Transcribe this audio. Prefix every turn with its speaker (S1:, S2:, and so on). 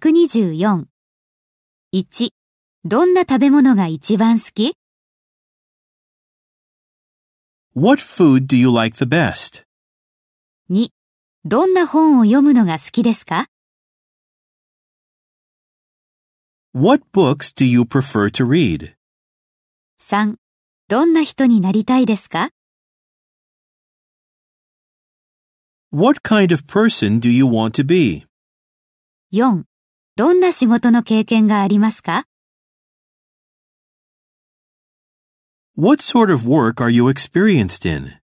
S1: 124。1. どんな食べ物が一番好き
S2: What food do you like the best?
S1: ?2. どんな本を読むのが好きですか
S2: What books do you prefer to read?
S1: ?3. どんな人になりたいですか
S2: What kind of person do you want to be?
S1: ?4. どんな仕事の経験がありますか
S2: What sort of work are you experienced in?